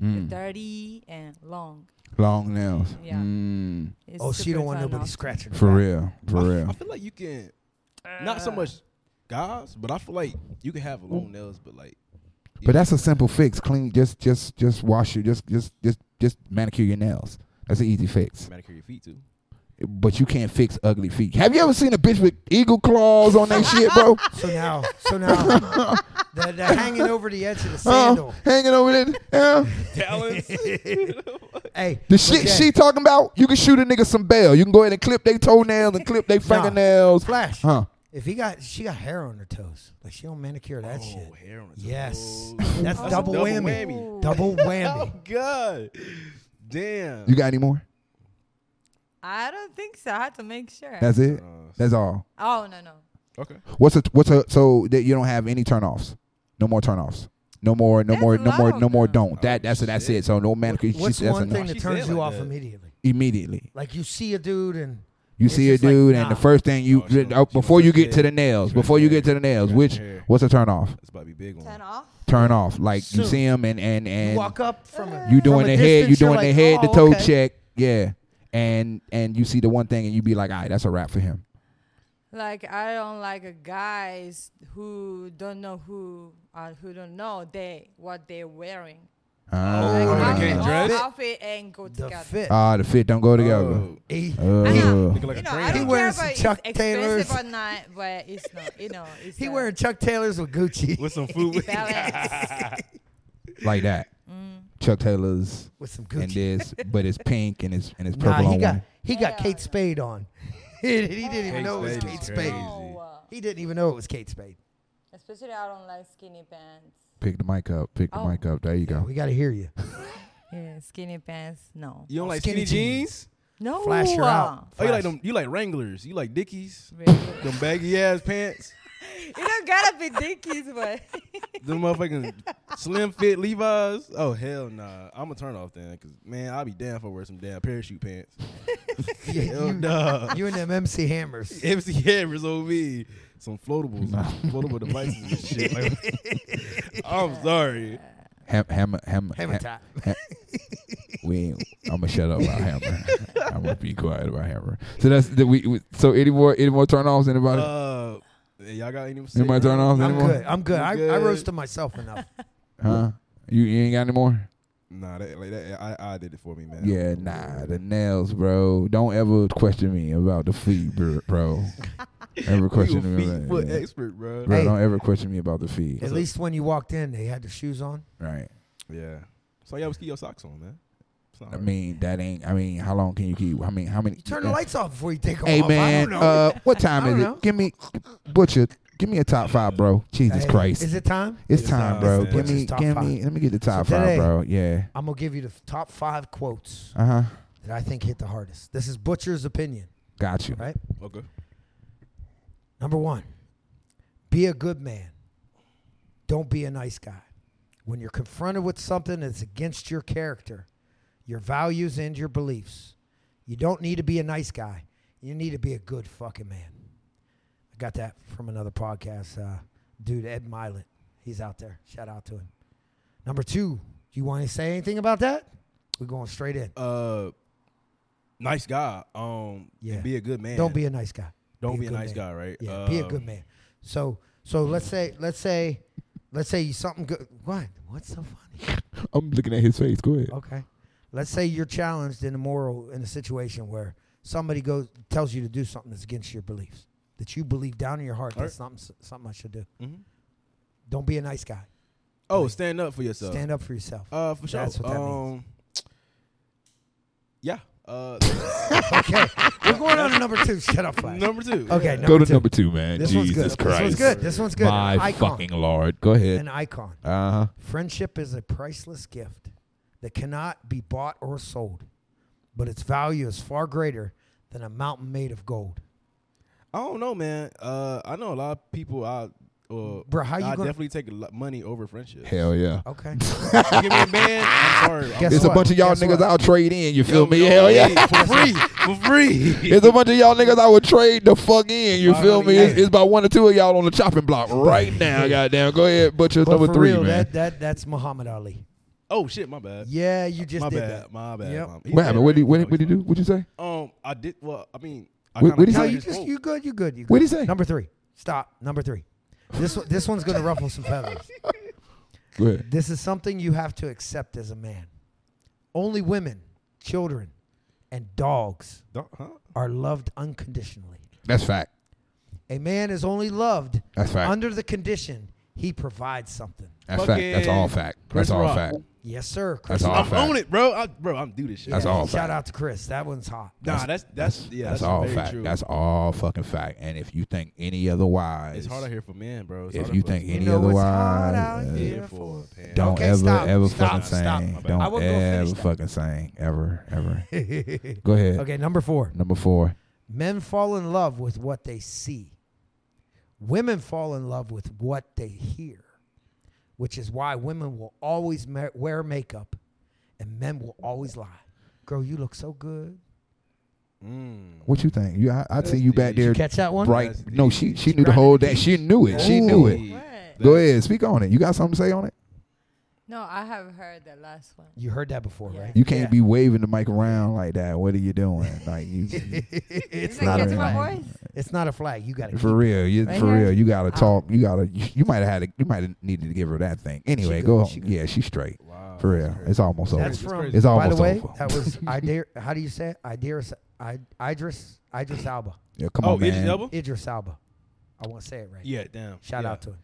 Speaker 3: Mm.
Speaker 5: dirty and long.
Speaker 3: Long nails.
Speaker 5: Yeah.
Speaker 2: Mm-hmm.
Speaker 3: Mm.
Speaker 5: It's
Speaker 1: Oh, she
Speaker 5: super
Speaker 1: don't want
Speaker 5: fun
Speaker 1: nobody
Speaker 5: also.
Speaker 1: scratching. her
Speaker 3: For
Speaker 1: back.
Speaker 3: real. For
Speaker 2: I f- I
Speaker 3: real.
Speaker 2: feel like you can, not so much guys, but I feel like you can have long nails, but like.
Speaker 3: But that's a simple fix. Clean. Just, just, just wash your. Just, just, just, just manicure your nails. That's an easy fix.
Speaker 2: manicure your feet too.
Speaker 3: But you can't fix ugly feet. Have you ever seen a bitch with eagle claws on that shit, bro?
Speaker 1: So now, so now, the, the hanging over the edge of the
Speaker 3: Uh,
Speaker 1: sandal.
Speaker 3: hanging over there. Yeah.
Speaker 2: Talents.
Speaker 1: Hey,
Speaker 3: The
Speaker 1: but
Speaker 3: shit
Speaker 1: yeah,
Speaker 3: she talking about, you can shoot a nigga some bail. You can go ahead and clip their toenails and clip their fingernails.
Speaker 1: Flash.
Speaker 3: Huh.
Speaker 1: If he got, she got hair on her toes. Like she don't manicure
Speaker 3: Oh,
Speaker 1: that shit.
Speaker 2: Oh, hair on the
Speaker 1: Yes,
Speaker 2: toes.
Speaker 1: that's,
Speaker 2: That's a
Speaker 1: double,
Speaker 2: double
Speaker 1: whammy.
Speaker 5: whammy.
Speaker 1: Double
Speaker 2: Oh
Speaker 1: whammy.
Speaker 2: God, damn.
Speaker 3: You got any more?
Speaker 5: I don't think so. I have to make sure.
Speaker 3: That's it.
Speaker 1: Uh,
Speaker 3: That's all.
Speaker 5: oh no no.
Speaker 2: okay.
Speaker 3: What's a what's a so that you don't have any turnoffs? No more turnoffs. No more. No
Speaker 5: That's
Speaker 3: more. No more. No
Speaker 5: loud,
Speaker 3: more.
Speaker 5: though.
Speaker 3: Don't. That that's it. That's
Speaker 2: shit.
Speaker 3: it. So no manicure. She-
Speaker 1: What's
Speaker 3: that's
Speaker 1: one
Speaker 3: a no.
Speaker 1: thing that
Speaker 2: She
Speaker 1: turns
Speaker 2: said
Speaker 1: you
Speaker 2: like
Speaker 1: off
Speaker 2: that.
Speaker 1: immediately?
Speaker 3: Immediately.
Speaker 1: Like you see a dude and
Speaker 3: You
Speaker 1: It's
Speaker 3: see a
Speaker 1: just like,
Speaker 3: dude, and
Speaker 1: nah.
Speaker 3: the first thing you
Speaker 2: Oh, she
Speaker 3: oh,
Speaker 2: was- she
Speaker 3: before
Speaker 2: was
Speaker 3: you
Speaker 2: right
Speaker 3: get to
Speaker 2: there.
Speaker 3: the nails,
Speaker 2: She was
Speaker 3: before
Speaker 2: right
Speaker 3: you get to
Speaker 2: there.
Speaker 3: the nails,
Speaker 2: She was
Speaker 3: which
Speaker 2: right there.
Speaker 3: what's a turnoff?
Speaker 2: That's about to be big
Speaker 5: Turn
Speaker 2: one.
Speaker 5: off.
Speaker 3: Turn off. Like you
Speaker 1: Soon.
Speaker 3: see him and and
Speaker 1: you
Speaker 3: and
Speaker 1: walk up from a
Speaker 3: You doing
Speaker 1: from
Speaker 3: the
Speaker 1: a
Speaker 3: head, you
Speaker 1: distance, you're
Speaker 3: doing the
Speaker 1: like,
Speaker 3: head, the
Speaker 1: "Oh,
Speaker 3: toe
Speaker 1: okay."
Speaker 3: check, yeah, and and you see the one thing, and you be like, all right, that's a wrap for him.
Speaker 5: Like I don't like a guys who don't know who uh, who don't know they what they're wearing.
Speaker 3: Ah,
Speaker 2: Oh,
Speaker 5: like
Speaker 2: they
Speaker 5: outfit,
Speaker 2: can't
Speaker 5: all
Speaker 2: dress?
Speaker 5: outfit and go
Speaker 1: The
Speaker 5: together.
Speaker 1: fit.
Speaker 3: Ah, the fit don't go together.
Speaker 2: Oh,
Speaker 1: He-
Speaker 3: uh,
Speaker 5: I know,
Speaker 3: Ugh.
Speaker 2: Look like
Speaker 5: you
Speaker 2: a
Speaker 5: know,
Speaker 2: crayon.
Speaker 5: I
Speaker 1: He
Speaker 5: don't care
Speaker 1: wears
Speaker 5: if it's
Speaker 1: Chuck
Speaker 5: expensive
Speaker 1: Taylors.
Speaker 5: or not, but it's not. You know, it's
Speaker 1: He
Speaker 5: a
Speaker 1: wearing Chuck Taylors with Gucci
Speaker 2: with some food.
Speaker 5: balance.
Speaker 3: like that. Chuck Taylor's
Speaker 1: with some
Speaker 3: and
Speaker 1: Mm. Gucci.
Speaker 3: this, but it's pink and it's and it's
Speaker 1: Nah,
Speaker 3: purple
Speaker 1: he
Speaker 3: on
Speaker 1: got
Speaker 3: one.
Speaker 1: he got
Speaker 5: Hell
Speaker 1: Kate
Speaker 5: no.
Speaker 1: Spade on. he didn't even
Speaker 2: Kate
Speaker 1: know it was
Speaker 2: Spade
Speaker 1: Kate
Speaker 2: is
Speaker 1: Spade.
Speaker 2: crazy.
Speaker 5: No, uh,
Speaker 1: He didn't even know it was Kate Spade.
Speaker 5: especially I don't like skinny pants.
Speaker 3: Pick the mic up. Pick the
Speaker 5: Oh.
Speaker 3: mic up. There you
Speaker 1: Yeah,
Speaker 3: go.
Speaker 1: we got to hear you.
Speaker 5: Yeah, skinny pants. No.
Speaker 2: You don't like
Speaker 1: Skinny
Speaker 2: skinny jeans?
Speaker 5: No.
Speaker 1: Flash her out.
Speaker 2: Oh, you like
Speaker 1: Flash.
Speaker 2: them? You like Wranglers? You like Dickies?
Speaker 5: Really.
Speaker 2: Them baggy ass pants?
Speaker 5: you don't gotta be dickies, but
Speaker 2: Them motherfucking slim fit Levi's? Oh hell nah! I'm gonna turn off then, cause man, I'll be damn for wear some damn parachute pants.
Speaker 1: Yeah,
Speaker 2: Hell
Speaker 1: you,
Speaker 2: nah.
Speaker 1: you and them MC Hammers.
Speaker 2: MC Hammers OV, some floatables, floatable devices and shit. Like, I'm sorry.
Speaker 3: Ham, hammer, hammer,
Speaker 1: Hammer time.
Speaker 3: we I'm gonna shut up about hammer. I'm gonna be quiet about hammer. So that's the we. we- So any more any more turnoffs? Anybody?
Speaker 2: Uh, y'all got any?
Speaker 3: anybody turn off
Speaker 1: I'm
Speaker 3: anymore?
Speaker 1: good. I'm good.
Speaker 2: You
Speaker 1: I, I
Speaker 2: good?
Speaker 1: roasted myself enough.
Speaker 3: Huh? You, you ain't got any more?
Speaker 2: Nah, that, like that, I, I did it for me, man.
Speaker 3: Yeah, nah, the nails, bro. Don't ever question me about the feet, bro. bro. ever
Speaker 2: You a
Speaker 3: question me
Speaker 2: feet
Speaker 3: about
Speaker 2: foot
Speaker 3: yeah.
Speaker 2: expert, bro.
Speaker 3: Bro,
Speaker 1: Hey.
Speaker 3: don't ever question me about the feet.
Speaker 1: At least when you walked in, they had the shoes on.
Speaker 3: Right.
Speaker 2: Yeah. So y'all was keep your socks on, man. It's not
Speaker 3: I
Speaker 2: hard.
Speaker 3: mean, that ain't. I mean, how long can you keep? I mean, how many?
Speaker 1: You turn the lights off before you take them
Speaker 3: Hey
Speaker 1: off.
Speaker 3: man,
Speaker 1: I don't know.
Speaker 3: uh, what time
Speaker 1: I
Speaker 3: is
Speaker 1: don't
Speaker 3: it?
Speaker 1: know.
Speaker 3: Give me butcher. Give me a top five, bro. Jesus
Speaker 1: Hey,
Speaker 3: Christ,
Speaker 1: Is it time?
Speaker 3: it's
Speaker 2: It's time,
Speaker 3: time, bro.
Speaker 2: man.
Speaker 3: Give
Speaker 1: Butcher's
Speaker 3: me,
Speaker 1: top
Speaker 3: give
Speaker 1: five.
Speaker 3: me. Let me get the top
Speaker 1: So
Speaker 3: five,
Speaker 1: today-
Speaker 3: bro. Yeah.
Speaker 1: I'm going to give you the top five quotes
Speaker 3: Uh huh.
Speaker 1: that I think hit the hardest. This is Butcher's opinion,
Speaker 3: Got you.
Speaker 1: right?
Speaker 2: okay.
Speaker 1: Number one, be a good man. Don't be a nice guy. When you're confronted with something that's against your character, your values, and your beliefs, you don't need to be a nice guy. You need to be a good fucking man. I got that from another podcast, uh, dude, Ed Milet. He's out there. Shout out to him. Number two, you want to say anything about that? We're going straight in.
Speaker 2: Uh, nice guy. Um,
Speaker 1: Yeah.
Speaker 2: yeah. Be a good man.
Speaker 1: Don't be a nice guy.
Speaker 2: Don't be a
Speaker 1: good
Speaker 2: nice
Speaker 1: man.
Speaker 2: guy, right?
Speaker 1: Yeah, be a good
Speaker 2: Um,
Speaker 1: man. So so let's say let's say let's say you something good. What? What's so funny?
Speaker 3: I'm looking at his face. Go ahead.
Speaker 1: Okay. Let's say you're challenged in a moral in a situation where somebody goes tells you to do something that's against your beliefs that you believe down in your heart
Speaker 2: All
Speaker 1: that's something something I should do.
Speaker 2: mhm.
Speaker 1: Don't be a nice guy.
Speaker 2: Oh, stand up for yourself.
Speaker 1: Stand up for yourself.
Speaker 2: Uh, for sure.
Speaker 1: That's what that
Speaker 2: um,
Speaker 1: means.
Speaker 2: Yeah. Uh,
Speaker 1: Okay. We're going on to number two. Shut up, Flash.
Speaker 2: number two.
Speaker 1: Okay,
Speaker 2: Yeah.
Speaker 1: number
Speaker 3: Go to
Speaker 1: two.
Speaker 3: number two, man.
Speaker 1: This one's
Speaker 3: Jesus
Speaker 1: good. This
Speaker 3: Christ.
Speaker 1: one's good. This one's good.
Speaker 3: My
Speaker 1: An icon.
Speaker 3: fucking lord. Go ahead.
Speaker 1: An icon.
Speaker 3: Uh huh.
Speaker 1: Friendship is a priceless gift that cannot be bought or sold, but its value is far greater than a mountain made of gold.
Speaker 2: I don't know, man. Uh, I know a lot of people. I or
Speaker 1: Bro, how you
Speaker 2: I
Speaker 1: gonna-
Speaker 2: definitely take lo- money over friendship.
Speaker 3: Hell yeah.
Speaker 1: Okay.
Speaker 2: You give me a band, I'm sorry. I'm
Speaker 1: Guess
Speaker 3: It's
Speaker 2: sorry.
Speaker 3: a
Speaker 1: what?
Speaker 3: bunch of y'all
Speaker 1: Guess
Speaker 3: niggas
Speaker 1: what?
Speaker 3: I'll trade in. You feel
Speaker 2: Yo,
Speaker 3: me?
Speaker 2: yo,
Speaker 3: Hell yeah.
Speaker 2: for free, for free.
Speaker 3: It's a bunch of y'all niggas I would trade the fuck in. You
Speaker 2: I
Speaker 3: feel
Speaker 2: know,
Speaker 3: me?
Speaker 2: yeah.
Speaker 3: It's, it's about one or two of y'all on the chopping block right now. Goddamn. Go ahead, butcher
Speaker 1: But
Speaker 3: number
Speaker 1: for
Speaker 3: three,
Speaker 1: real,
Speaker 3: man.
Speaker 1: that that that's Muhammad Ali.
Speaker 2: Oh shit, my bad.
Speaker 1: Yeah, you just
Speaker 2: my
Speaker 1: did
Speaker 2: bad,
Speaker 1: that.
Speaker 2: my bad.
Speaker 1: Yep.
Speaker 2: my-
Speaker 3: what happened? What did he, what,
Speaker 2: No,
Speaker 3: did- what did he do? What'd you say?
Speaker 2: Um, I did. Well, I mean, I
Speaker 3: What-
Speaker 2: kinda
Speaker 3: what he
Speaker 1: No,
Speaker 3: say?
Speaker 2: played
Speaker 1: you
Speaker 2: his
Speaker 1: just
Speaker 2: role.
Speaker 1: you good, you good, you good.
Speaker 3: What'd he say?
Speaker 1: Number three. Stop. Number three. This one- this one's gonna ruffle some feathers.
Speaker 3: Go ahead.
Speaker 1: This is something you have to accept as a man. Only women, children, and dogs
Speaker 2: Don't- huh?
Speaker 1: are loved unconditionally.
Speaker 3: That's fact.
Speaker 1: A man is only loved
Speaker 3: That's fact.
Speaker 1: under the condition he provides something.
Speaker 3: That's fact. That's all
Speaker 2: Fucking
Speaker 3: fact.
Speaker 2: Chris
Speaker 3: That's all
Speaker 2: Rock.
Speaker 3: fact.
Speaker 1: Yes, sir.
Speaker 3: That's
Speaker 1: Chris.
Speaker 3: all
Speaker 2: I'm
Speaker 3: fact.
Speaker 2: on it, bro. I, bro, I'm do this shit.
Speaker 3: That's
Speaker 1: Yeah,
Speaker 3: all
Speaker 1: Shout
Speaker 3: fact.
Speaker 1: out to Chris. That one's hot.
Speaker 2: Nah, that's that's, yeah.
Speaker 3: That's,
Speaker 2: That's,
Speaker 3: all
Speaker 2: very
Speaker 3: fact.
Speaker 2: True.
Speaker 3: That's all fucking fact. And if you think any otherwise,
Speaker 2: it's hard out here for men, bro. It's
Speaker 3: if
Speaker 2: hard
Speaker 3: you
Speaker 2: for us
Speaker 3: think any
Speaker 1: know it's hot
Speaker 3: otherwise,
Speaker 1: out
Speaker 3: uh,
Speaker 1: here.
Speaker 2: men for a pan.
Speaker 3: don't
Speaker 1: Okay,
Speaker 3: ever,
Speaker 1: stop,
Speaker 3: ever
Speaker 1: stop,
Speaker 3: fucking
Speaker 1: stop.
Speaker 3: sing.
Speaker 2: My bad.
Speaker 1: I
Speaker 3: Don't
Speaker 1: will go
Speaker 3: ever
Speaker 1: finish that.
Speaker 3: fucking sing. Ever, ever. Go ahead.
Speaker 1: okay, number four.
Speaker 3: Number four.
Speaker 1: Men fall in love with what they see. Women fall in love with what they hear, which is why women will always ma- wear makeup and men will always lie. Girl, you look so good.
Speaker 2: Mm.
Speaker 3: What you think? You, I, I see you back
Speaker 2: deep.
Speaker 3: there.
Speaker 1: Catch that one?
Speaker 3: Right?
Speaker 2: That's
Speaker 3: No,
Speaker 2: deep.
Speaker 3: she she knew the whole day. She knew it. She knew it.
Speaker 2: Ooh.
Speaker 5: What?
Speaker 3: Go ahead. Speak on it. You got something to say on it?
Speaker 5: No, I have heard the last one.
Speaker 1: You heard that before,
Speaker 5: Yeah.
Speaker 1: right?
Speaker 3: You can't
Speaker 1: Yeah.
Speaker 3: be waving the mic around like that. What are you doing? Like you,
Speaker 1: it's
Speaker 5: Did I
Speaker 1: not a
Speaker 5: catch my
Speaker 1: flag.
Speaker 5: voice?
Speaker 1: It's not a flag. You got to
Speaker 3: for real. You
Speaker 5: Right
Speaker 3: for
Speaker 5: here?
Speaker 3: real. You gotta
Speaker 5: Ah.
Speaker 3: talk. You gotta. You, you might have had. A, you might have needed to give her that thing. Anyway,
Speaker 1: good,
Speaker 3: go.
Speaker 1: she
Speaker 3: on.
Speaker 1: good.
Speaker 3: yeah, she's straight.
Speaker 2: Wow.
Speaker 3: For real. It's almost over.
Speaker 1: That's from.
Speaker 2: crazy.
Speaker 3: It's
Speaker 1: by the
Speaker 3: almost
Speaker 1: way,
Speaker 3: over.
Speaker 1: that was Idir. How do you say it? Idir? Idris. Idris Alba.
Speaker 3: Yeah, come
Speaker 2: Oh,
Speaker 3: on,
Speaker 2: Idris
Speaker 3: man.
Speaker 2: Elba.
Speaker 1: Idris Alba. I want to say it right.
Speaker 2: Yeah, damn.
Speaker 1: Shout
Speaker 2: yeah.
Speaker 1: out to him.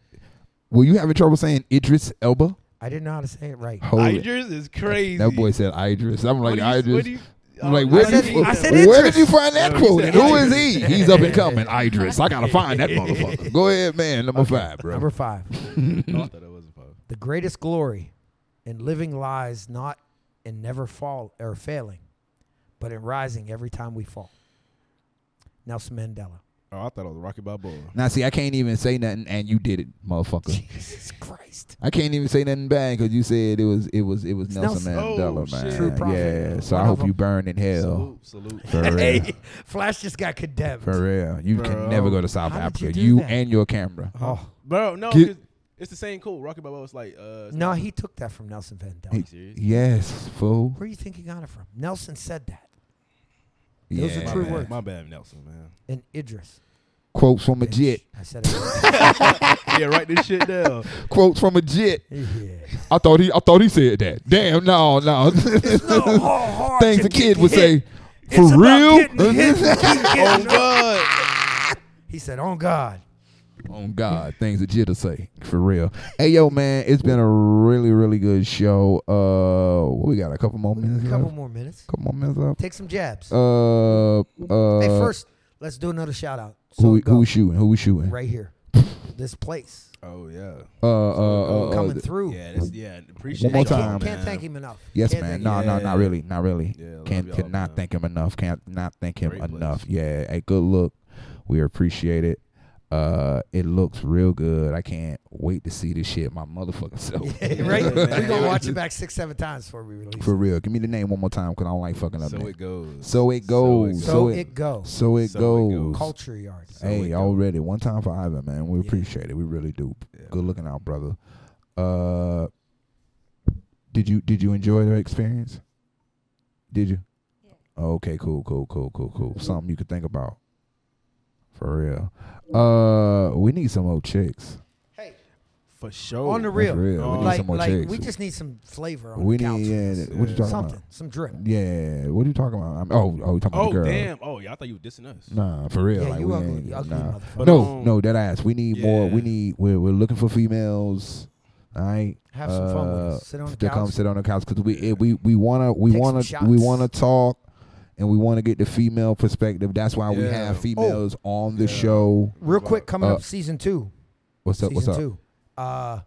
Speaker 3: Were you having trouble saying Idris Elba?
Speaker 1: I didn't know how to say it right.
Speaker 3: Holy.
Speaker 2: Idris is crazy.
Speaker 3: That boy said Idris. I'm
Speaker 2: What
Speaker 3: like
Speaker 2: do you-
Speaker 3: Idris.
Speaker 2: what do you-
Speaker 3: I'm like,
Speaker 2: Oh,
Speaker 3: where,
Speaker 1: I
Speaker 3: did
Speaker 1: said-
Speaker 3: you,
Speaker 1: I said
Speaker 3: where
Speaker 1: Idris.
Speaker 3: did you find that
Speaker 2: No, he
Speaker 3: quote?
Speaker 2: said
Speaker 3: And who is
Speaker 2: Idris.
Speaker 3: he? He's up and coming, Idris. I gotta find that motherfucker. Go ahead, man. Number five, bro.
Speaker 1: Number five.
Speaker 2: Oh, I thought that was a pub.
Speaker 1: the greatest glory in living lies not in never fall or failing, but in rising every time we fall. Nelson Mandela.
Speaker 2: Oh, I thought it was Rocky Balboa.
Speaker 3: now see, I can't even say nothing, and you did it, motherfucker.
Speaker 1: Jesus Christ.
Speaker 3: I can't even say nothing bad because you said it was it was it was
Speaker 1: It's
Speaker 3: Nelson,
Speaker 1: Nelson.
Speaker 2: Oh,
Speaker 3: Mandela, man.
Speaker 2: shit. True
Speaker 1: prophet.
Speaker 3: yeah. So
Speaker 1: One
Speaker 3: I
Speaker 1: of
Speaker 3: hope you
Speaker 1: them.
Speaker 3: burn in hell.
Speaker 2: Salute, salute.
Speaker 3: For real.
Speaker 1: Hey, Flash just got condemned.
Speaker 3: For real. You can
Speaker 2: Bro.
Speaker 3: never go to South
Speaker 1: How did you
Speaker 3: Africa.
Speaker 1: do
Speaker 3: You
Speaker 1: that?
Speaker 3: and your camera.
Speaker 1: Oh,
Speaker 2: Bro, no,
Speaker 3: Get-
Speaker 2: 'cause it's the same code. Rocky Balboa was like, uh, it's
Speaker 1: no,
Speaker 2: not-
Speaker 1: he took that from Nelson Mandela.
Speaker 3: He-
Speaker 2: serious?
Speaker 3: yes, fool.
Speaker 1: Where do you think he got it from? Nelson said that.
Speaker 3: Yeah,
Speaker 1: Those are true
Speaker 3: man.
Speaker 1: words.
Speaker 2: My bad, Nelson, man.
Speaker 1: And Idris.
Speaker 3: Quotes from a jit.
Speaker 1: I said it.
Speaker 2: yeah, write this shit down. Oh,
Speaker 3: Quotes from a jit.
Speaker 1: yeah.
Speaker 3: I thought he I thought he said that. Damn, no,
Speaker 1: no,
Speaker 3: no.
Speaker 1: how hard
Speaker 3: Things
Speaker 1: to
Speaker 3: a kid
Speaker 1: get
Speaker 3: would
Speaker 1: hit.
Speaker 3: say. For
Speaker 1: It's about getting
Speaker 3: real?
Speaker 2: oh God.
Speaker 1: He said, "On God."
Speaker 3: On God, things a jit would say. For real. Hey yo, man, it's been a really, really good show. Uh what we got a couple more minutes
Speaker 1: A couple
Speaker 3: left?
Speaker 1: more minutes.
Speaker 3: couple more minutes left.
Speaker 1: Take some jabs.
Speaker 3: Uh uh
Speaker 1: hey, first, let's do another shout out.
Speaker 3: who
Speaker 1: So
Speaker 3: we- who
Speaker 1: go.
Speaker 3: we shooting? Who we shooting?
Speaker 1: right here, this place
Speaker 2: Oh yeah.
Speaker 3: Uh uh, uh, uh,
Speaker 1: coming through.
Speaker 2: Yeah, that's, yeah. Appreciate
Speaker 3: One more
Speaker 2: y'all,
Speaker 3: time.
Speaker 1: Can't
Speaker 2: man.
Speaker 1: thank him enough.
Speaker 3: Yes,
Speaker 1: Can't
Speaker 3: man.
Speaker 1: thank
Speaker 3: No,
Speaker 1: him.
Speaker 3: no,
Speaker 2: Yeah.
Speaker 3: not really, not really.
Speaker 2: Yeah, love
Speaker 3: Can't
Speaker 2: y'all,
Speaker 3: cannot
Speaker 2: man.
Speaker 3: thank him enough. Can't not thank him
Speaker 2: Great place.
Speaker 3: enough. Yeah, a good look. We appreciate it. Uh, it looks real good. I can't wait to see this shit. My motherfucking self.
Speaker 1: right?
Speaker 2: Yeah, man.
Speaker 1: We're gonna watch it back six, seven times before we release.
Speaker 3: For
Speaker 1: it.
Speaker 3: real. Give me the name one more time because I don't like fucking up.
Speaker 2: So
Speaker 3: names.
Speaker 2: it goes.
Speaker 3: So it goes.
Speaker 1: So
Speaker 3: So
Speaker 1: it,
Speaker 3: it-
Speaker 1: goes.
Speaker 3: So it
Speaker 2: So it
Speaker 3: goes.
Speaker 2: goes.
Speaker 1: Culture yard.
Speaker 2: So it
Speaker 3: hey,
Speaker 2: goes.
Speaker 3: already one time for Ivan, man. We
Speaker 1: Yeah.
Speaker 3: appreciate it. We really do.
Speaker 2: Yeah.
Speaker 3: Good looking out, brother. Uh, did you did you enjoy the experience? Did you? Oh, Okay, cool, cool, cool, cool, cool. Something you could think about. For real. Uh, we need some more chicks.
Speaker 1: Hey,
Speaker 2: For sure.
Speaker 1: on the
Speaker 3: That's
Speaker 1: real,
Speaker 3: real. we need
Speaker 1: like,
Speaker 3: some more
Speaker 1: like
Speaker 3: chicks.
Speaker 1: we just need some flavor on
Speaker 3: We
Speaker 1: the couch.
Speaker 3: need yeah,
Speaker 1: with us.
Speaker 3: what you talking
Speaker 1: something,
Speaker 3: about?
Speaker 1: some drip.
Speaker 3: Yeah, what are you talking about? I'm, oh, oh, you talking
Speaker 2: Oh
Speaker 3: about the girl?
Speaker 2: damn. Oh yeah, I thought you were dissing us.
Speaker 3: Nah, for real.
Speaker 1: Yeah,
Speaker 3: like
Speaker 1: you
Speaker 3: we
Speaker 1: ugly,
Speaker 3: ain't,
Speaker 1: you ugly
Speaker 3: nah.
Speaker 1: motherfucker.
Speaker 3: No,
Speaker 2: Um,
Speaker 3: no, that ass. We need more. We
Speaker 2: yeah.
Speaker 3: need. We're, we're looking for females. All right.
Speaker 1: Have some fun with
Speaker 3: uh,
Speaker 1: us. Sit on the
Speaker 3: to come
Speaker 1: couch.
Speaker 3: sit on the couch because we it, we we wanna we
Speaker 1: Take some
Speaker 3: wanna
Speaker 1: shots.
Speaker 3: we wanna talk, and we wanna get the female perspective. That's why we
Speaker 2: Yeah.
Speaker 3: have
Speaker 2: Oh.
Speaker 3: females on the
Speaker 2: Yeah.
Speaker 3: show.
Speaker 1: Real quick, coming
Speaker 3: Uh,
Speaker 1: up season two.
Speaker 3: What's up?
Speaker 1: season
Speaker 3: what's up?
Speaker 1: two. Uh,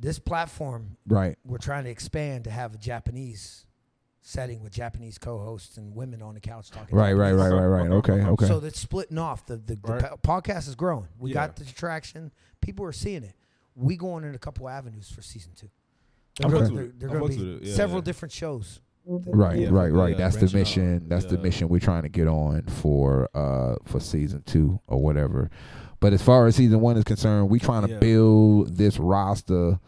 Speaker 1: this platform
Speaker 3: Right.
Speaker 1: we're trying to expand to have a Japanese setting with Japanese co-hosts and women on the couch talking.
Speaker 3: Right, right,
Speaker 1: Japanese.
Speaker 3: right, right, right. Okay, okay.
Speaker 1: So that's splitting off. The the, the
Speaker 2: Right.
Speaker 1: po- podcast is growing. We
Speaker 2: Yeah.
Speaker 1: got the traction. People are seeing it. We going in a couple avenues for season two.
Speaker 2: I'm
Speaker 1: gonna-
Speaker 2: fucks with it.
Speaker 1: they're
Speaker 2: I'm
Speaker 1: gonna
Speaker 2: fucks
Speaker 1: be
Speaker 2: with it. Yeah,
Speaker 1: several
Speaker 2: yeah.
Speaker 1: different shows.
Speaker 3: right,
Speaker 2: Yeah,
Speaker 3: right, right.
Speaker 2: yeah,
Speaker 3: That's the
Speaker 2: branching out.
Speaker 3: mission. That's the
Speaker 2: Yeah.
Speaker 3: mission we're trying to get on for uh for season two or whatever. But as far as season one is concerned, we trying to
Speaker 2: Yeah.
Speaker 3: build this roster.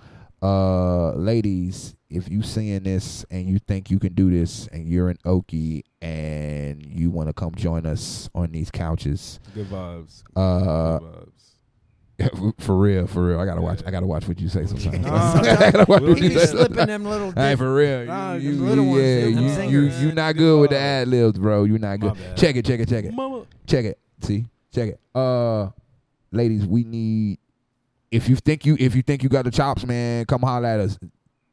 Speaker 3: Uh, ladies, if you seeing this and you think you can do this, and you're an Okie and you want to come join us on these couches,
Speaker 2: Good vibes.
Speaker 3: uh,
Speaker 2: Good vibes.
Speaker 3: for real, for real, I gotta watch.
Speaker 2: Yeah.
Speaker 3: I gotta watch what you say sometimes.
Speaker 1: No,
Speaker 3: I gotta watch
Speaker 2: We'll
Speaker 3: what
Speaker 1: He
Speaker 3: you
Speaker 2: do
Speaker 1: be
Speaker 3: say.
Speaker 2: that.
Speaker 1: slipping them little.
Speaker 3: Hey,
Speaker 1: dick-
Speaker 3: for real.
Speaker 2: Nah,
Speaker 3: you,
Speaker 2: them
Speaker 3: you,
Speaker 1: little ones,
Speaker 3: yeah,
Speaker 1: them
Speaker 3: you, you,
Speaker 1: singers.
Speaker 3: you not
Speaker 2: Good
Speaker 3: good with the
Speaker 2: God.
Speaker 3: ad libs, bro. You not
Speaker 2: My
Speaker 3: good.
Speaker 2: bad.
Speaker 3: Check it, check it, check it,
Speaker 2: Mama.
Speaker 3: check it. See, check it. Uh, ladies, we need. If you think you if you think you got the chops, man, come holler at us.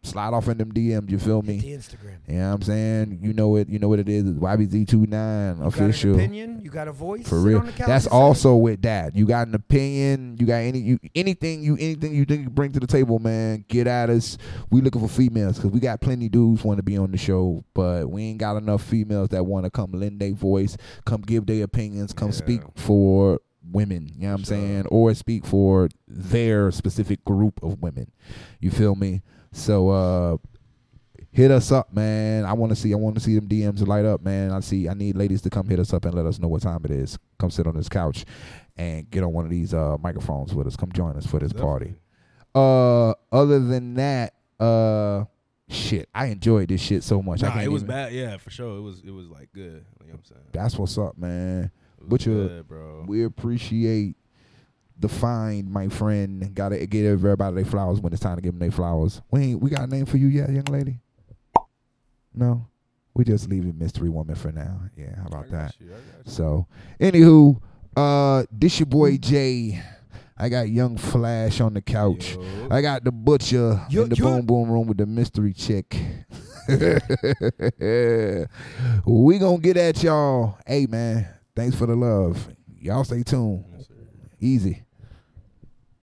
Speaker 3: Slide off in them DMs. You feel me?
Speaker 1: The Instagram.
Speaker 3: You know what I'm saying? You know it. You know what it is. It's YBZ29
Speaker 1: You got an
Speaker 3: official.
Speaker 1: opinion. You got a voice.
Speaker 3: For
Speaker 1: sit
Speaker 3: real.
Speaker 1: on the couch
Speaker 3: That's
Speaker 1: and say it.
Speaker 3: also with that. You got an opinion. You got any you anything you anything you think you bring to the table, man. Get at us. We looking for females because we got plenty dudes want to be on the show, but we ain't got enough females that want to come lend their voice, come give their opinions, come
Speaker 2: Yeah.
Speaker 3: speak for women. You know what I'm
Speaker 2: Sure.
Speaker 3: saying? Or speak for their specific group of women. You feel me? So uh hit us up, man. I want to see. I want to see them DMs light up, man. I see. I need ladies to come hit us up and let us know what time it is. Come sit on this couch and get on one of these uh, microphones with us. Come join us for this party. Uh, other than that, uh, shit, I enjoyed this shit so much. I
Speaker 2: Nah,
Speaker 3: can't
Speaker 2: it was
Speaker 3: even-
Speaker 2: bad. Yeah, for sure. It was. It was like good. You know what I'm saying?
Speaker 3: That's what's up,
Speaker 2: It
Speaker 3: man.
Speaker 2: was
Speaker 3: What you-
Speaker 2: good, bro?
Speaker 3: We appreciate the find, my friend. Gotta get everybody their flowers when it's time to give them their flowers. We ain't, we got a name for you yet, young lady? No, we just leave it mystery woman for now. Yeah, how
Speaker 2: I
Speaker 3: about
Speaker 2: got
Speaker 3: that?
Speaker 2: you, I got you.
Speaker 3: So, anywho, uh, this your boy Jay. I got Young Flash on the couch.
Speaker 2: Yo.
Speaker 3: I got the butcher
Speaker 1: Yo-
Speaker 3: in the
Speaker 1: yo-
Speaker 3: boom boom room with the mystery chick. we gonna get at y'all. Hey man, thanks for the love. Y'all stay tuned.
Speaker 2: Yes, sir.
Speaker 3: Easy.